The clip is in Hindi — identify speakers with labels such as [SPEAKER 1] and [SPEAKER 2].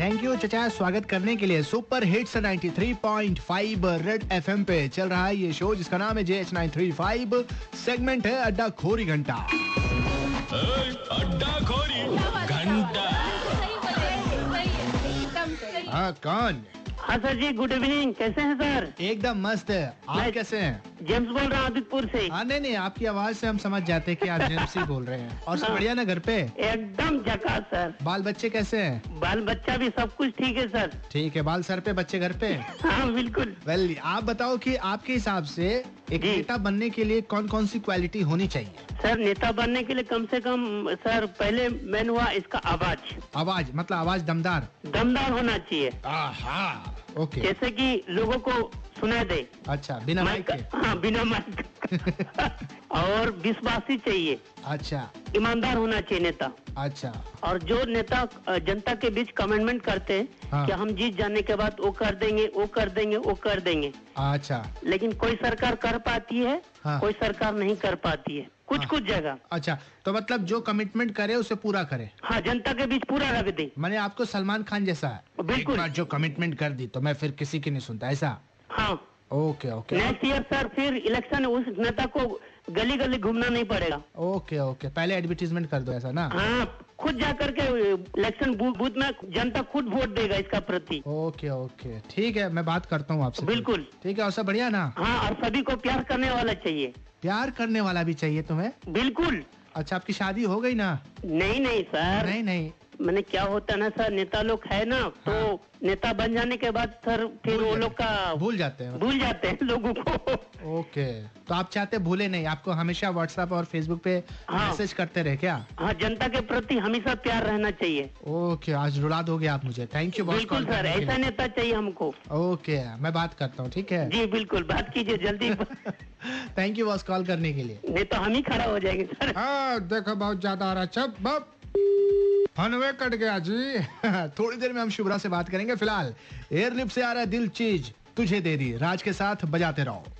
[SPEAKER 1] थैंक यू चचा स्वागत करने के लिए सुपर हिट्स 93.5 रेड एफएम पे चल रहा है ये शो जिसका नाम है जे एच सेगमेंट है अड्डा खोरी घंटा
[SPEAKER 2] अड्डा खोरी घंटा
[SPEAKER 1] हाँ कौन
[SPEAKER 3] हाँ सर जी गुड इवनिंग कैसे हैं सर
[SPEAKER 1] एकदम मस्त है आप
[SPEAKER 3] मैं-
[SPEAKER 1] कैसे हैं
[SPEAKER 3] जेम्स बोल रहा हूँ आदितपुर से
[SPEAKER 1] हाँ नहीं नहीं आपकी आवाज से हम समझ जाते हैं कि आप जेम्स ही बोल रहे हैं और सब बढ़िया ना घर पे
[SPEAKER 3] एकदम झकास सर
[SPEAKER 1] बाल बच्चे कैसे हैं
[SPEAKER 3] बाल बच्चा भी सब कुछ ठीक है सर
[SPEAKER 1] ठीक है बाल सर पे बच्चे घर पे
[SPEAKER 3] हाँ बिल्कुल
[SPEAKER 1] वेल आप बताओ कि आपके हिसाब से एक
[SPEAKER 3] जी।
[SPEAKER 1] नेता बनने के लिए कौन कौन सी क्वालिटी होनी चाहिए
[SPEAKER 3] सर नेता बनने के लिए कम से कम सर पहले मेन हुआ इसका आवाज
[SPEAKER 1] आवाज मतलब आवाज दमदार
[SPEAKER 3] दमदार होना चाहिए
[SPEAKER 1] आहा ओके
[SPEAKER 3] जैसे कि लोगों को सुना दे
[SPEAKER 1] अच्छा बिना माइक
[SPEAKER 3] माइक
[SPEAKER 1] के
[SPEAKER 3] हाँ बिना माइक और विश्वासी चाहिए
[SPEAKER 1] अच्छा
[SPEAKER 3] ईमानदार होना चाहिए नेता
[SPEAKER 1] अच्छा
[SPEAKER 3] और जो नेता अ, जनता के बीच कमेंटमेंट करते हैं
[SPEAKER 1] हाँ।
[SPEAKER 3] कि हम जीत जाने के बाद वो कर देंगे वो कर देंगे वो कर देंगे
[SPEAKER 1] अच्छा
[SPEAKER 3] लेकिन कोई सरकार कर पाती है
[SPEAKER 1] हाँ।
[SPEAKER 3] कोई सरकार नहीं कर पाती है कुछ
[SPEAKER 1] हाँ।
[SPEAKER 3] कुछ जगह
[SPEAKER 1] अच्छा तो मतलब जो कमिटमेंट करे उसे पूरा करे
[SPEAKER 3] हाँ जनता के बीच पूरा रख दे
[SPEAKER 1] मैंने आपको सलमान खान जैसा है
[SPEAKER 3] बिल्कुल।
[SPEAKER 1] एक बार जो कमिटमेंट कर दी तो मैं फिर किसी की नहीं सुनता ऐसा
[SPEAKER 3] हाँ
[SPEAKER 1] okay okay
[SPEAKER 3] next year sir फिर इलेक्शन उस नेता को गली गली घूमना नहीं पड़ेगा
[SPEAKER 1] ओके ओके पहले एडवर्टीजमेंट कर दो ऐसा ना
[SPEAKER 3] हाँ खुद जा करके इलेक्शन बू- बूथ में जनता खुद वोट देगा इसका प्रति
[SPEAKER 1] ओके ओके ठीक है मैं बात करता हूँ आपसे
[SPEAKER 3] बिल्कुल।
[SPEAKER 1] ठीक है और सब बढ़िया ना
[SPEAKER 3] हाँ और सभी को प्यार करने वाला चाहिए
[SPEAKER 1] प्यार करने वाला भी चाहिए तुम्हें
[SPEAKER 3] बिल्कुल
[SPEAKER 1] अच्छा आपकी शादी हो गई ना
[SPEAKER 3] नहीं नहीं सर
[SPEAKER 1] नहीं नहीं
[SPEAKER 3] मैंने क्या होता ना सर नेता लोग है ना तो
[SPEAKER 1] हाँ।
[SPEAKER 3] नेता बन जाने के बाद सर फिर
[SPEAKER 1] भूल
[SPEAKER 3] वो
[SPEAKER 1] जाते-
[SPEAKER 3] लोग का
[SPEAKER 1] भूल जाते हैं
[SPEAKER 3] भूल जाते हैं लोगों को
[SPEAKER 1] ओके तो आप चाहते भूले नहीं आपको हमेशा व्हाट्सएप और फेसबुक पे
[SPEAKER 3] हाँ।
[SPEAKER 1] मैसेज करते रहे क्या
[SPEAKER 3] हाँ जनता के प्रति हमेशा प्यार रहना चाहिए
[SPEAKER 1] ओके आज रुला दोगे आप मुझे थैंक यू बहुत
[SPEAKER 3] बिल्कुल
[SPEAKER 1] कॉल
[SPEAKER 3] सर
[SPEAKER 1] करने के
[SPEAKER 3] ऐसा
[SPEAKER 1] लिए।
[SPEAKER 3] नेता चाहिए हमको
[SPEAKER 1] ओके मैं बात करता हूँ ठीक है
[SPEAKER 3] जी बिल्कुल बात कीजिए जल्दी
[SPEAKER 1] थैंक यू बॉस कॉल करने के लिए
[SPEAKER 3] नहीं तो हम ही खड़ा हो जाएंगे सर
[SPEAKER 1] हाँ देखो बहुत ज्यादा आ रहा चप बप फनवे कट गया जी थोड़ी देर में हम शुभरा से बात करेंगे फिलहाल एयरलिफ्ट से आ रहा है दिल चीज तुझे दे दी राज के साथ बजाते रहो